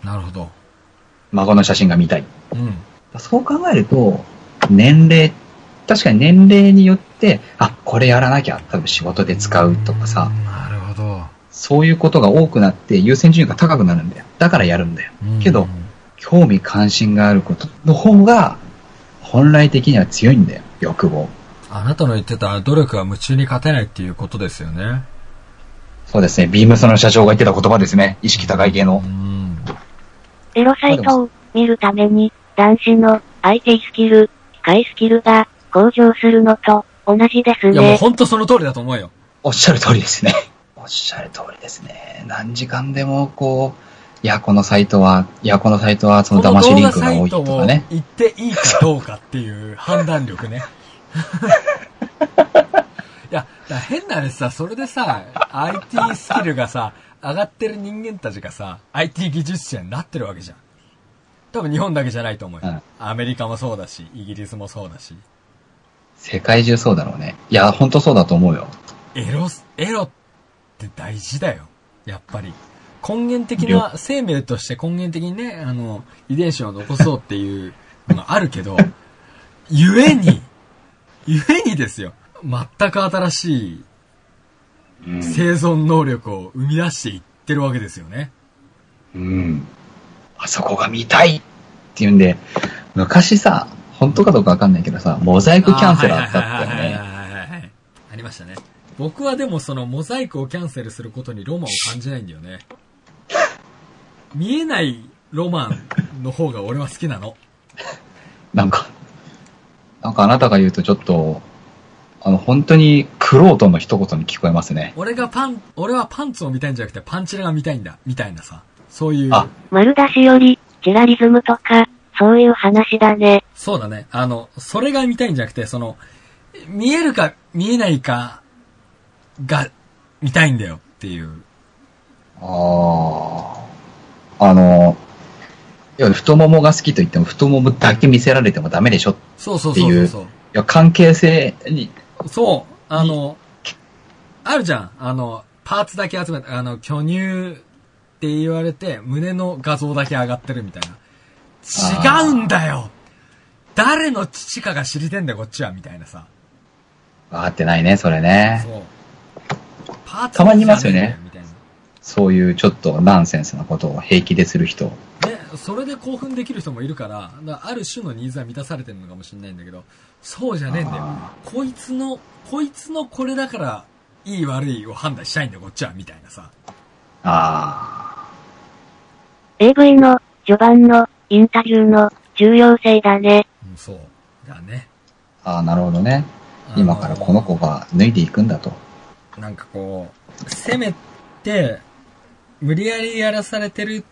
Speaker 1: なるほど。
Speaker 2: 孫の写真が見たい。
Speaker 1: うん。
Speaker 2: そう考えると、年齢、確かに年齢によって、あ、これやらなきゃ、多分仕事で使うとかさ、
Speaker 1: んなるほど。
Speaker 2: そういうことが多くなって優先順位が高くなるんだよ。だからやるんだよ。
Speaker 1: うん
Speaker 2: けど興味関心があることの方が、本来的には強いんだよ、欲望。
Speaker 1: あなたの言ってた努力は夢中に勝てないっていうことですよね。
Speaker 2: そうですね、ビームスの社長が言ってた言葉ですね。意識高い系の
Speaker 1: う。ん。
Speaker 3: エロサイトを見るために、男子の IT スキル、機械スキルが向上するのと同じです
Speaker 1: いやもう
Speaker 3: ね。
Speaker 1: ほんとその通りだと思うよ。
Speaker 2: おっしゃる通りですね。 おっしゃる通りですね。何時間でもこう、いや、このサイトは、いや、このサイトはその騙しリンクが多いとかね。
Speaker 1: 言っていいかどうかっていう判断力ね。 いや、だから変な話さ、それでさ、IT スキルがさ、上がってる人間たちがさ、IT 技術者になってるわけじゃん。多分日本だけじゃないと思うよ。
Speaker 2: うん
Speaker 1: アメリカもそうだし、イギリスもそうだし。
Speaker 2: 世界中そうだろうね。いや、ほんとそうだと思うよ。
Speaker 1: エロ、エロって大事だよ。やっぱり。根源的な、生命として根源的にね、あの、遺伝子を残そうっていうのがあるけど、ゆえに、ゆえにですよ、全く新しい
Speaker 2: うん
Speaker 1: 生存能力を生み出していってるわけですよね。
Speaker 2: うん。あそこが見たいっていうんで、昔さ、本当かどうかわかんないけどさ、モザイクキャンセルあったっ
Speaker 1: はいはい
Speaker 2: たよ
Speaker 1: はいは
Speaker 2: ね。
Speaker 1: いはいはい。ありましたね。僕はでもそのモザイクをキャンセルすることにロマンを感じないんだよね。見えないロマンの方が俺は好きなの。
Speaker 2: なんか、なんかあなたが言うとちょっと、あの、本当に、クロートの一言に聞こえますね。
Speaker 1: 俺がパン、俺はパンツを見たいんじゃなくてパンチラが見たいんだ、みたいなさ。そういう、
Speaker 2: あ
Speaker 3: 丸出しより、チラリズムとか、そういう話だね。
Speaker 1: そうだね。あの、それが見たいんじゃなくて、その、見えるか見えないかが見たいんだよっていう。
Speaker 2: ああ。あの、いや太ももが好きと言っても、太ももだけ見せられてもダメでしょ。い
Speaker 1: そうそうそうそうそう。
Speaker 2: や、関係性に、
Speaker 1: そう、あの、あるじゃん。あの、パーツだけ集めた、あの、巨乳って言われて、胸の画像だけ上がってるみたいな。
Speaker 2: あ
Speaker 1: 違
Speaker 2: ー
Speaker 1: うんだよ誰の父かが知りてんだよ、こっちは、みたいなさ。
Speaker 2: わかってないね、それね。
Speaker 1: そう。パーツ
Speaker 2: たまにいますよね
Speaker 1: みたいな。
Speaker 2: そういうちょっとナンセンスなことを平気でする人。
Speaker 1: ね、それで興奮できる人もいるから、だからある種のニーズは満たされてるのかもしれないんだけど、そうじゃねえんだよ
Speaker 2: あ。
Speaker 1: こいつの、こいつのこれだから、いい悪いを判断したいんだよ、こっちは、みたいなさ。
Speaker 2: あ
Speaker 3: AV の、序盤の、インタビューの、重要性だね。
Speaker 1: うん、そう。だね。
Speaker 2: あ。ああ、なるほどね。
Speaker 1: あの
Speaker 2: 今からこの子が脱いでいくんだと。
Speaker 1: なんかこう、せめて、無理やりやらされてる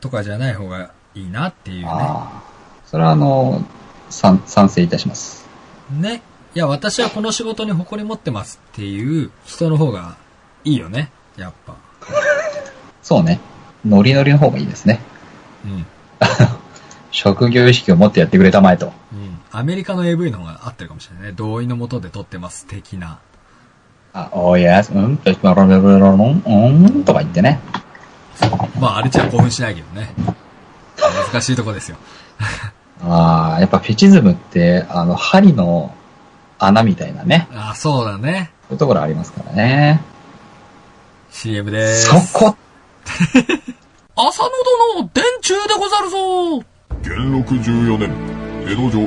Speaker 1: とかじゃない方がいいなっていうね。
Speaker 2: ああ。それはあの、賛、賛成いたします。
Speaker 1: ね。いや、私はこの仕事に誇り持ってますっていう人の方がいいよね。やっぱ。
Speaker 2: そうね。ノリノリの方がいいですね。
Speaker 1: うん。
Speaker 2: 職業意識を持ってやってくれたまえと。
Speaker 1: うん。アメリカの AV の方が合ってるかもしれないね。同意のもとで撮ってます的な。
Speaker 2: あ、おーやす、うん、と、ロロロロロン、うん、とか言ってね。
Speaker 1: まあ、あれちゃ興奮しないけどね。難しいとこですよ。
Speaker 2: ああ、やっぱフェチズムって、あの、針の穴みたいなね、
Speaker 1: あ、そうだね。
Speaker 2: そういうところありますからね。
Speaker 1: CM でーす。
Speaker 2: そこ
Speaker 1: 浅野殿、電柱でござるぞ
Speaker 4: 元禄14年江戸城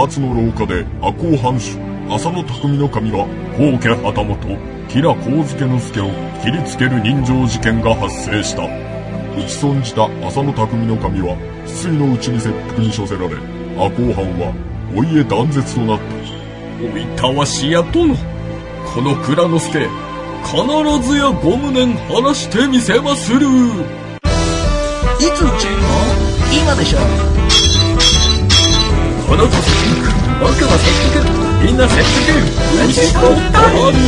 Speaker 4: 松の廊下で赤穂藩主浅野匠の神が高家旗本吉良上野介を切りつける人情事件が発生した打ち損じた浅野匠の神は失意のうちに切腹に処せられ赤穂藩はお家断絶となったおいたわしや殿この蔵之介必ずやご無念晴らしてみせまする
Speaker 5: いつ打ちゃうの今でしょ
Speaker 4: この時僕は切腹みんな切腹うちとったり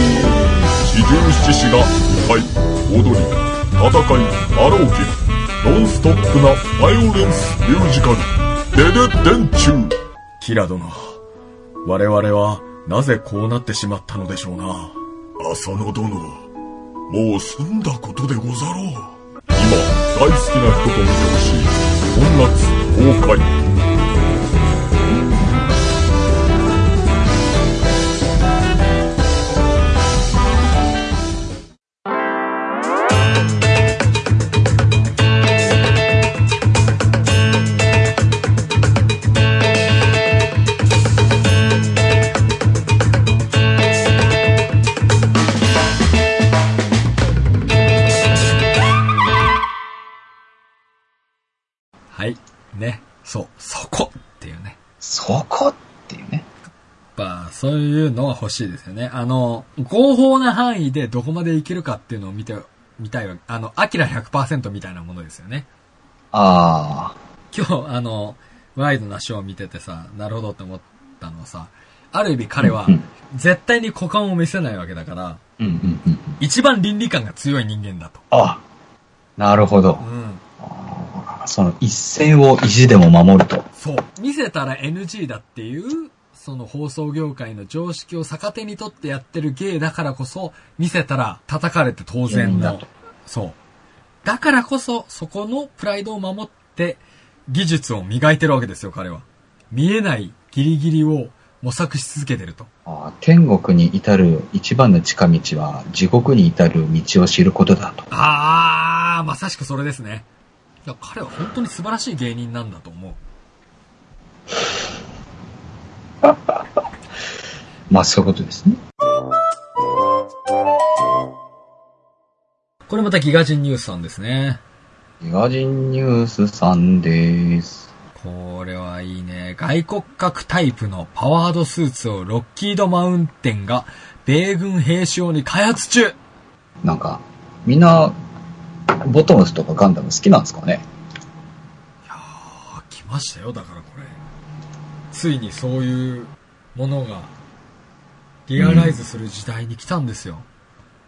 Speaker 4: 四十七士が舞踊り戦いあろうきノンストップなバイオレンスミュージカル「デデデンチュー」キラ殿我々はなぜこうなってしまったのでしょうな浅野殿もう済んだことでござろう今大好きな人と見てほしい本夏公開
Speaker 1: はい。ね。そう。そこっていうね。
Speaker 2: そこっていうね。
Speaker 1: やっぱ、そういうのは欲しいですよね。あの、合法な範囲でどこまでいけるかっていうのを見て、見たいわけ。あの、アキラ100%みたいなものですよね。
Speaker 2: あ
Speaker 1: 今日、あの、ワイドなショーを見ててさ、なるほどって思ったのはさ、ある意味彼は
Speaker 2: うんうん、
Speaker 1: 絶対に股間を見せないわけだから、
Speaker 2: あ。うんうんうん。
Speaker 1: 一番倫理観が強い人間だと。
Speaker 2: あなるほど
Speaker 1: う。ん。
Speaker 2: その一線を意地でも守ると。
Speaker 1: そう。見せたら NG だっていう、その放送業界の常識を逆手にとってやってる芸だからこそ、見せたら叩かれて当然
Speaker 2: いや
Speaker 1: の
Speaker 2: みんな、
Speaker 1: そう。だからこそ、そこのプライドを守って、技術を磨いてるわけですよ、彼は。見えないギリギリを模索し続けてると。
Speaker 2: あー天国に至る一番の近道は地獄に至る道を知ることだと。
Speaker 1: あー、まさしくそれですね。いや彼は本当に素晴らしい芸人なんだと思う。
Speaker 2: まあそういうことですね。
Speaker 1: これまたギガ人ニュースさんですね。
Speaker 2: ギガ人ニュースさんです。
Speaker 1: これはいいね。外国核タイプのパワードスーツをロッキードマウンテンが米軍兵士用に開発中
Speaker 2: なんか、みんな、ボトムスとかガンダム好きなんですかね
Speaker 1: あ、来ましたよ、だからこれ。ついにそういうものがリアライズする時代に来たんですよ。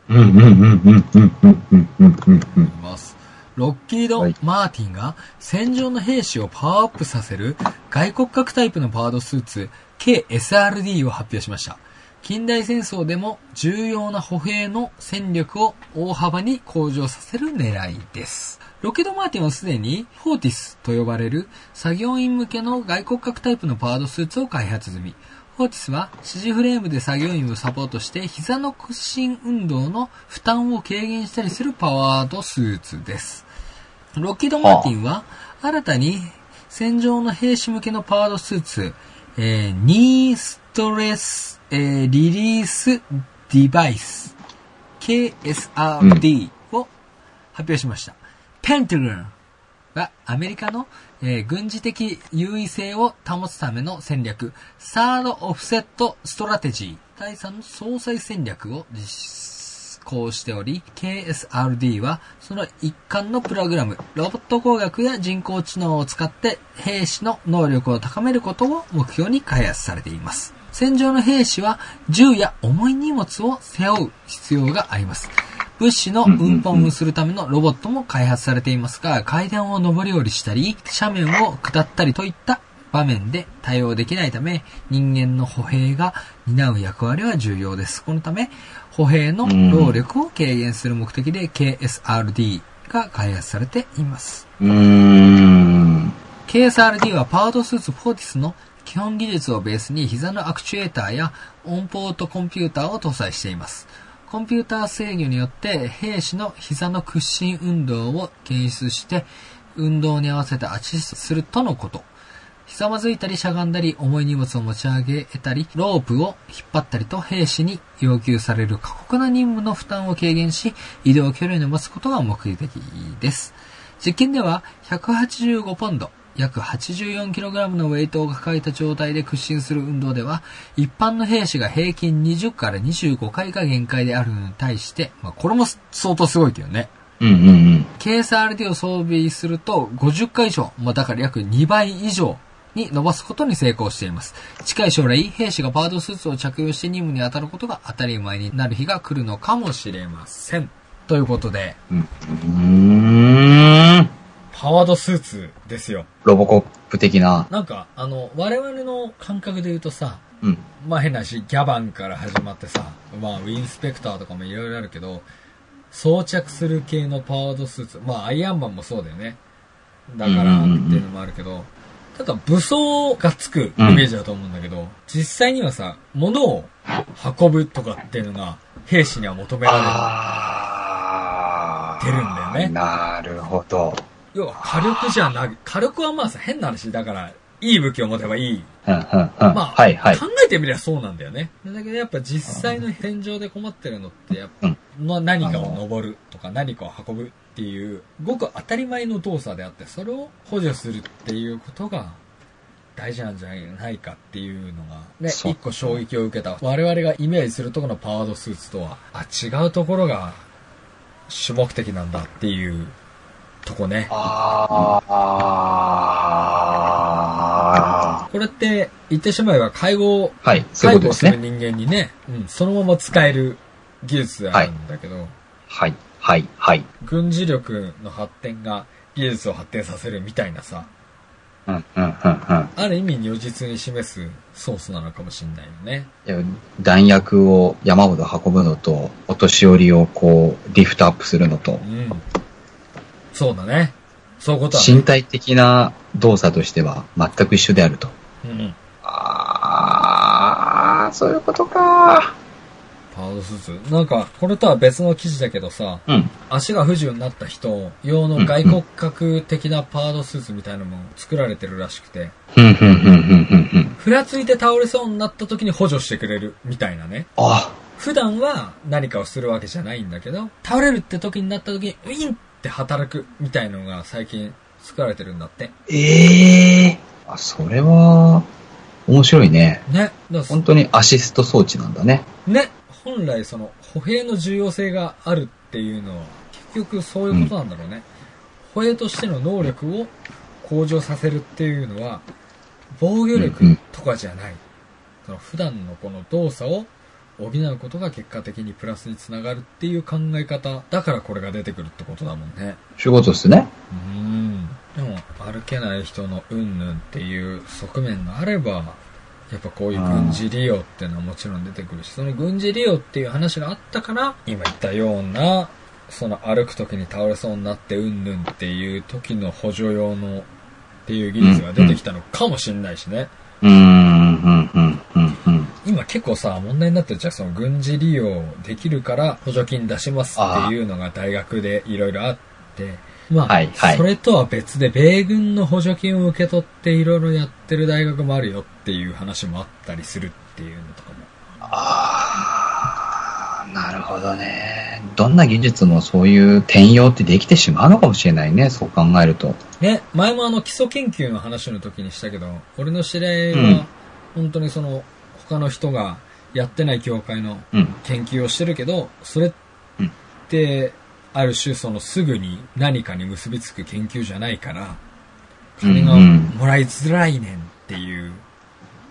Speaker 2: うんうんうんうんうんうんうんうんうん。
Speaker 1: います。ロッキード・
Speaker 2: はい
Speaker 1: マーティンが戦場の兵士をパワーアップさせる外国核タイプのパワードスーツ KSRD を発表しました。近代戦争でも重要な歩兵の戦力を大幅に向上させる狙いです。ロケットマーティンはすでにフォーティスと呼ばれる作業員向けの外国核タイプのパワードスーツを開発済み。フォーティスは指示フレームで作業員をサポートして膝の屈伸運動の負担を軽減したりするパワードスーツです。ロッキード・マーティンは新たに戦場の兵士向けのパワードスーツ、えー、ニーストレス、えーリリースデバイス KSRD を発表しました。ペンテグンはアメリカの、えー軍事的優位性を保つための戦略、サードオフセットストラテジー、第3の総裁戦略を実行しており、KSRD はその一環のプログラム、ロボット工学や人工知能を使って兵士の能力を高めることを目標に開発されています。戦場の兵士は銃や重い荷物を背負う必要があります。物資の運搬をするためのロボットも開発されていますが、階段を上り下りしたり、斜面を下ったりといった場面で対応できないため、人間の歩兵が担う役割は重要です。このため、歩兵の労力を軽減する目的で KSRD が開発されています。
Speaker 2: うーん。
Speaker 1: KSRD はパワードスーツフォーティスの基本技術をベースに膝のアクチュエーターやオンポートコンピューターを搭載しています。コンピューター制御によって兵士の膝の屈伸運動を検出して運動に合わせてアシストするとのこと。ひざまずいたりしゃがんだり重い荷物を持ち上げたりロープを引っ張ったりと兵士に要求される過酷な任務の負担を軽減し移動距離を伸ばすことが目的です実験では185ポンド約 84kg のウェイトを抱えた状態で屈伸する運動では一般の兵士が平均20から25回が限界であるのに対して、まあ、これも相当すごいけどね
Speaker 2: うんうんうん。
Speaker 1: KSRD を装備すると50回以上、まあ、だから約2倍以上に伸ばすことに成功しています。近い将来、兵士がパワードスーツを着用して任務に当たることが当たり前になる日が来るのかもしれません。ということで、
Speaker 2: うーん。
Speaker 1: パワードスーツですよ。
Speaker 2: ロボコップ的な。
Speaker 1: なんか、あの、我々の感覚で言うとさ、
Speaker 2: うん。
Speaker 1: まあ変な話、ギャバンから始まってさ、まあウィンスペクターとかもいろいろあるけど、装着する系のパワードスーツ、まあアイアンマンもそうだよね。だからって
Speaker 2: うんうんうん
Speaker 1: いうのもあるけど、ただ武装がつくイメージだと思うんだけど、実際にはさ、物を運ぶとかっていうのが兵士には求めら
Speaker 2: あ
Speaker 1: 出るんだよね
Speaker 2: なるほど。
Speaker 1: れる。要は火力じゃなく、火力はまあさ、変な話だから、いい武器を持てばいい
Speaker 2: うんうんうん。
Speaker 1: まあ、
Speaker 2: はいはい
Speaker 1: 考。えてみりゃそうなんだよね。だけどやっぱ実際の天井で困ってるのって、やっぱ、まあ何かを登るとか何かを運ぶっていう、ごく当たり前の動作であって、それを補助するっていうことが大事なんじゃないかっていうのが、ね、
Speaker 2: そう
Speaker 1: 一個衝撃を受けた。我々がイメージするところのパワードスーツとは、あ、違うところが主目的なんだっていうとこね。
Speaker 2: あ
Speaker 1: これって言ってしまえば介護
Speaker 2: ーはい、そうい
Speaker 1: 介
Speaker 2: うこと
Speaker 1: 護
Speaker 2: ですす
Speaker 1: る
Speaker 2: ね。
Speaker 1: 人間にね、うん、そのまま使える技術であるんだけど、
Speaker 2: はい、はい、はい。
Speaker 1: 軍事力の発展が技術を発展させるみたいなさ、
Speaker 2: うん、うん、うん、うん。
Speaker 1: ある意味如実に示すソースなのかもしんないよね。
Speaker 2: いや弾薬を山ほど運ぶのと、お年寄りをこう、リフトアップするのと
Speaker 1: う、ん。そうだね。そういうことは、
Speaker 2: 身体的な動作としては全く一緒であると。
Speaker 1: うん。
Speaker 2: ああ、そういうことか。
Speaker 1: パウスーツ。なんか、これとは別の記事だけどさ、
Speaker 2: うん。
Speaker 1: 足が不自由になった人用の外骨格的なパードスーツみたいなのも作られてるらしくて、
Speaker 2: ふんふんふんふんふんふん。
Speaker 1: ふらついて倒れそうになった時に補助してくれるみたいなね。
Speaker 2: あ
Speaker 1: 普段は何かをするわけじゃないんだけど、倒れるって時になった時にウィンって働くみたいのが最近作られてるんだって。
Speaker 2: ええあ、それは、面白いね。
Speaker 1: ね。だから
Speaker 2: 本当にアシスト装置なんだね。
Speaker 1: ね。本来その歩兵の重要性があるっていうのは、結局そういうことなんだろうね。歩兵としての能力を向上させるっていうのは、防御
Speaker 2: うんう
Speaker 1: 力
Speaker 2: ん
Speaker 1: とかじゃない。その普段のこの動作を補うことが結果的にプラスにつながるっていう考え方だからこれが出てくるってことだもんね。
Speaker 2: 仕事っすね。
Speaker 1: うん。でも、歩けない人のうんぬんっていう側面があれば、やっぱこういう軍事利用っていうのはもちろん出てくるし、その軍事利用っていう話があったから、今言ったような、その歩く時に倒れそうになってうんぬんっていう時の補助用のっていう技術が出てきたのかもしれないしね。
Speaker 2: うーん、うん、うん、うん、うん。
Speaker 1: 今結構さ、問題になってるじゃん。その軍事利用できるから補助金出しますっていうのが大学でいろいろあって、まあ、
Speaker 2: はいはい
Speaker 1: それとは別で米軍の補助金を受け取っていろいろやってる大学もあるよっていう話もあったりするっていうのとかも。
Speaker 2: ああ、なるほどね。どんな技術もそういう転用ってできてしまうのかもしれないね。そう考えると。
Speaker 1: ね、前もあの基礎研究の話の時にしたけど、俺の知り合いうは
Speaker 2: ん、
Speaker 1: 本当にその他の人がやってない業界の
Speaker 2: うん。
Speaker 1: 研究をしてるけど、それって、ある種そのすぐに何かに結びつく研究じゃないから、金が
Speaker 2: うんうん
Speaker 1: もらいづらいねんっていう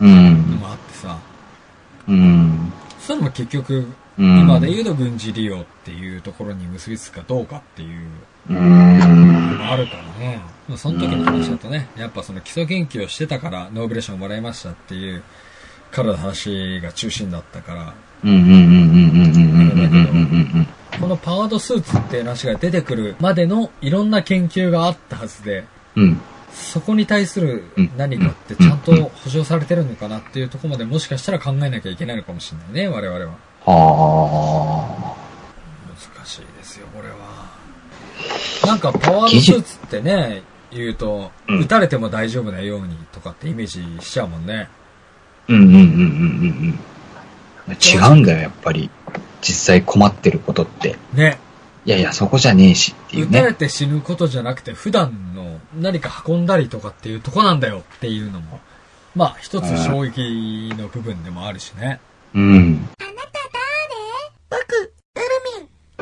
Speaker 2: う
Speaker 1: の
Speaker 2: ん。
Speaker 1: もあってさ、
Speaker 2: うん。
Speaker 1: そういうのも結局、
Speaker 2: うん
Speaker 1: 今で言うと軍事利用っていうところに結びつくかどうかっていう
Speaker 2: うーん。
Speaker 1: のもあるからね。まあその時の話だとね、やっぱその基礎研究をしてたからノーベル賞もらいましたっていう、からの話が中心だったから、
Speaker 2: うんうんうんうんうんうんうんうんうんうん
Speaker 1: このパワードスーツっていう話が出てくるまでのいろんな研究があったはずで、
Speaker 2: うんうん
Speaker 1: そこに対する
Speaker 2: うん
Speaker 1: 何かってちゃんと保証されてるのかなっていうところまでもしかしたら考えなきゃいけないのかもしれないね、我々は。
Speaker 2: は
Speaker 1: 難しいですよ、これは。なんかパワードスーツってね、言うと、
Speaker 2: うん
Speaker 1: 撃たれても大丈夫なようにとかってイメージしちゃうもんね。
Speaker 2: あうんうんうんうんうん違うんだよやっぱり実際困ってることって
Speaker 1: ね。
Speaker 2: いやいやそこじゃねえしってい
Speaker 1: 撃
Speaker 2: う
Speaker 1: たれ
Speaker 2: ね
Speaker 1: て死ぬことじゃなくて、普段の何か運んだりとかっていうとこなんだよっていうのも、まあ一つ衝撃の部分でもあるしね。
Speaker 2: うん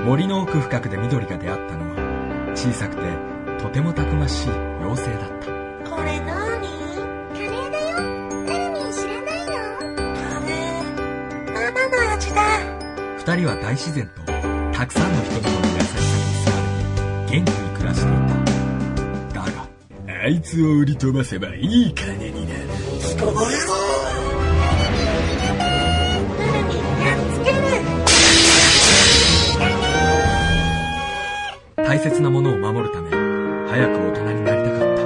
Speaker 6: 森の奥深くで緑が出会ったのは小さくてとてもたくましい妖精だった
Speaker 7: これなーにカレーだよエルミン知らないのカレーママの味だ
Speaker 6: 二人は大自然とたくさんの人々の優しさに救われ元気に暮らしていただが
Speaker 4: あいつを売り飛ばせばいい金になる
Speaker 7: エルミンやっつける
Speaker 6: 大切なものを守るため早く大人になりたかった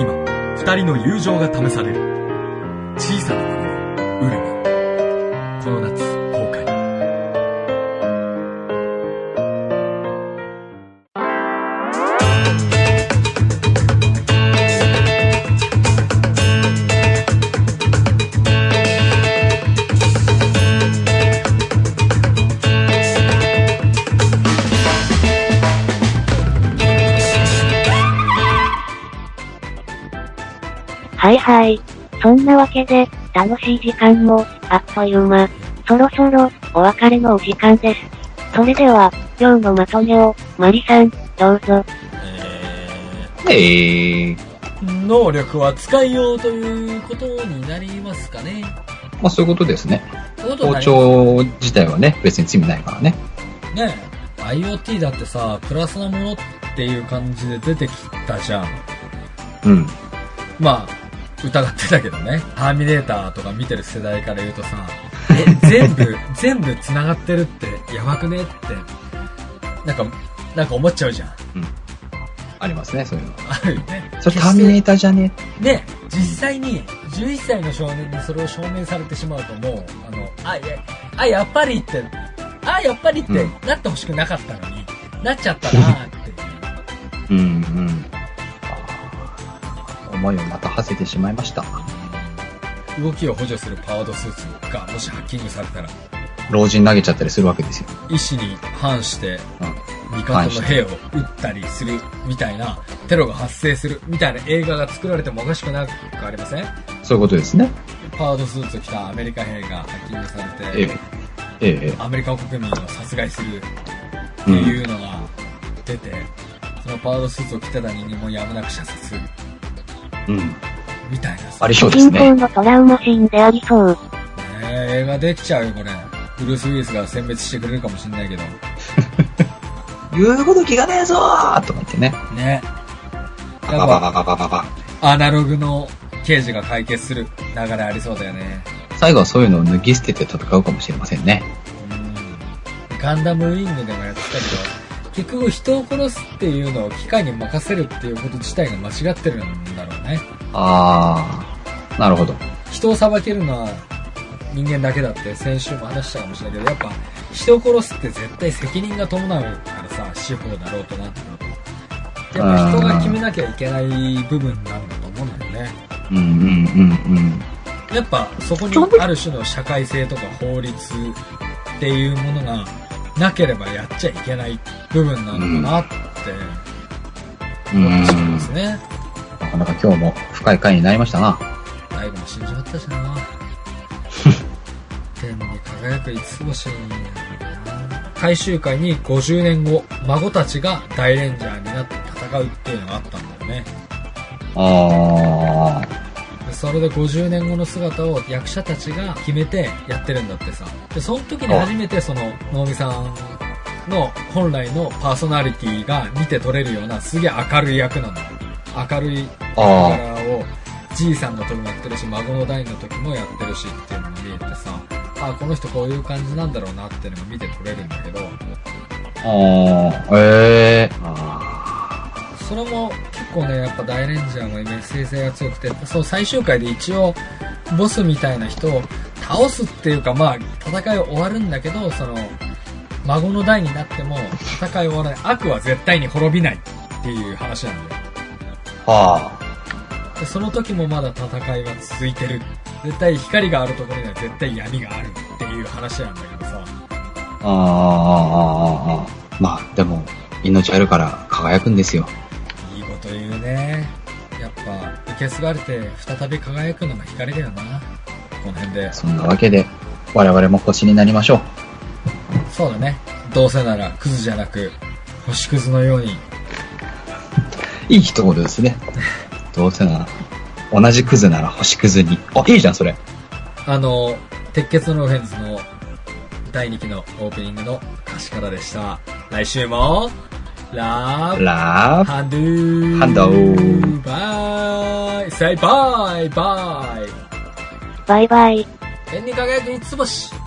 Speaker 6: 今二人の友情が試される小さなものウルミこの夏公開
Speaker 3: はいはい。そんなわけで、楽しい時間も、あっという間。そろそろ、お別れのお時間です。それでは、今日のまとめを、マリさん、どうぞ。
Speaker 1: え
Speaker 2: ええ
Speaker 1: ー、能力は使いようということになりますかね。
Speaker 2: まあそういうことですね
Speaker 1: そういうことに
Speaker 2: 包
Speaker 1: なり
Speaker 2: 丁自体はね別に罪ないからね
Speaker 1: ね IoT だってさ、プラスなものっていう感じで出てきたじゃん。
Speaker 2: うん
Speaker 1: まあ、疑ってたけどね。ターミネーターとか見てる世代から言うとさ、え、全部、 全部繋がってるってやばくねって、なんか、なんか思っちゃうじゃん。
Speaker 2: うんありますね、そういうの。
Speaker 1: あるよね。
Speaker 2: それターミネーターじゃね
Speaker 1: で、実際に11歳の少年にそれを証明されてしまうともう、あの、あ、いや、あ、やっぱりって、あ、やっぱりって、
Speaker 2: うん
Speaker 1: なってほしくなかったのに、なっちゃったなっていう。
Speaker 2: うんうん。思いをまた馳せてしまいました。
Speaker 1: 動きを補助するパワードスーツがもしハッキングされたら、
Speaker 2: 老人投げちゃったりするわけですよ。
Speaker 1: 意志に反して
Speaker 2: うん
Speaker 1: 味方の兵を撃ったりするみたいな、テロが発生するみたいな映画が作られてもおかしくなくありません
Speaker 2: そういうことですね。
Speaker 1: パワードスーツを着たアメリカ兵がハッキングされ
Speaker 2: え
Speaker 1: て
Speaker 2: え、。ええ。
Speaker 1: アメリカ国民を殺害するって
Speaker 2: う
Speaker 1: い
Speaker 2: ん、
Speaker 1: うのが出て、そのパワードスーツを着てた人間もやむなく射殺する
Speaker 2: うん。
Speaker 1: みたいなさ、
Speaker 2: ありそうです
Speaker 3: 人工
Speaker 2: ね。
Speaker 3: のトラウマシーンでありそう。
Speaker 1: ねえ映画できちゃうよこれブルース・ウィリスが殲滅してくれるかもしれないけど
Speaker 2: 言うこと聞かねえぞーとか言ってね。
Speaker 1: ね
Speaker 2: ババババババババ。
Speaker 1: アナログの刑事が解決する流れありそうだよね。
Speaker 2: 最後はそういうのを脱ぎ捨てて戦うかもしれませんね。
Speaker 1: うん。ガンダムウィングでもやってたけど、結局人を殺すっていうのを機械に任せるっていうこと自体が間違ってるんだろうね。
Speaker 2: あー、なるほど。
Speaker 1: 人を裁けるのは人間だけだって先週も話したかもしれないけど、やっぱ人を殺すって絶対責任が伴うからさ、司法だろうとなんてこと。やっぱ人が決めなきゃいけない部分なんだと思うんだよね。
Speaker 2: うんうんうんうん。
Speaker 1: やっぱそこにある種の社会性とか法律っていうものがなければやっちゃいけない部分なのかなって
Speaker 2: うん
Speaker 1: 思ってしまいますね。
Speaker 2: なかなか今日も深い回になりましたな。
Speaker 1: 大悟も死んじまったし な。天に輝く五つ星になるな。最終回に50年後、孫たちが大レンジャーになって戦うっていうのがあったんだよね。
Speaker 2: あ
Speaker 1: でそれで50年後の姿を役者たちが決めてやってるんだってさでその時に初めてその能見さんの本来のパーソナリティが見て取れるようなすげえ明るい役なんだ明るい
Speaker 2: ー、
Speaker 1: キ
Speaker 2: あー、
Speaker 1: ャラをじいさんの時もやってるし孫の代の時もやってるしっていうのが見えてさあこの人こういう感じなんだろうなっていうのが見て取れるんだけど
Speaker 2: あー、えー。あ
Speaker 1: それも結構ねやっぱ大レンジャーのメッセージ性が強くてそう最終回で一応ボスみたいな人を倒すっていうかまあ戦いは終わるんだけどその孫の代になっても戦いは終わらない悪は絶対に滅びないっていう話なんだよ
Speaker 2: ー、は
Speaker 1: でその時もまだ戦いは続いてる絶対光があるところには絶対闇があるっていう話なんだけどさ
Speaker 2: あ、あー、あー、あー、あー。まあ、でも、命あるから輝くんですよ。
Speaker 1: いいこと言うねやっぱ受け継がれて再び輝くのが光だよなこの辺で
Speaker 2: そんなわけで、我々も星になりましょう。
Speaker 1: そうだね。どうせなら、クズじゃなく、星屑のように。
Speaker 2: いい一言ですね。どうせなら、同じクズなら星クズに。あ、いいじゃん、それ。
Speaker 1: あの、鉄血のローフェンズの第2期のオープニングの歌詞からでした。来週も、ラブ、
Speaker 2: ラブ、
Speaker 1: ハンドゥー。
Speaker 2: ハンドゥ
Speaker 1: バイ、say bye, bye.
Speaker 3: バイバイ。
Speaker 1: 天に輝く五つ星。